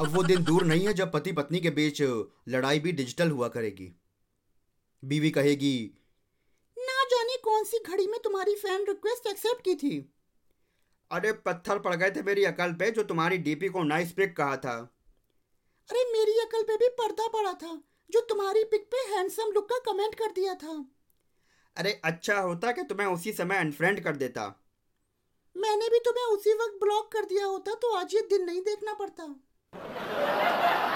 अब वो दिन दूर नहीं है जब पति पत्नी के बीच लड़ाई भी डिजिटल हुआ करेगी बीवी कहेगी ना जाने कौन सी घड़ी में तुम्हारी फैन रिक्वेस्ट एक्सेप्ट की थी अरे पत्थर पड़ गए थे मेरी अकल पे जो तुम्हारी डीपी को नाइस पिक कहा था अरे मेरी अकल पे भी पर्दा पड़ा था जो तुम्हारी पिक पे हैंडसम लुक का कमेंट कर दिया था अरे अच्छा होता कि तुम्हें उसी समय अनफ्रेंड कर देता मैंने भी तुम्हें उसी वक्त ब्लॉक कर दिया होता तो आज ये दिन नहीं देखना पड़ता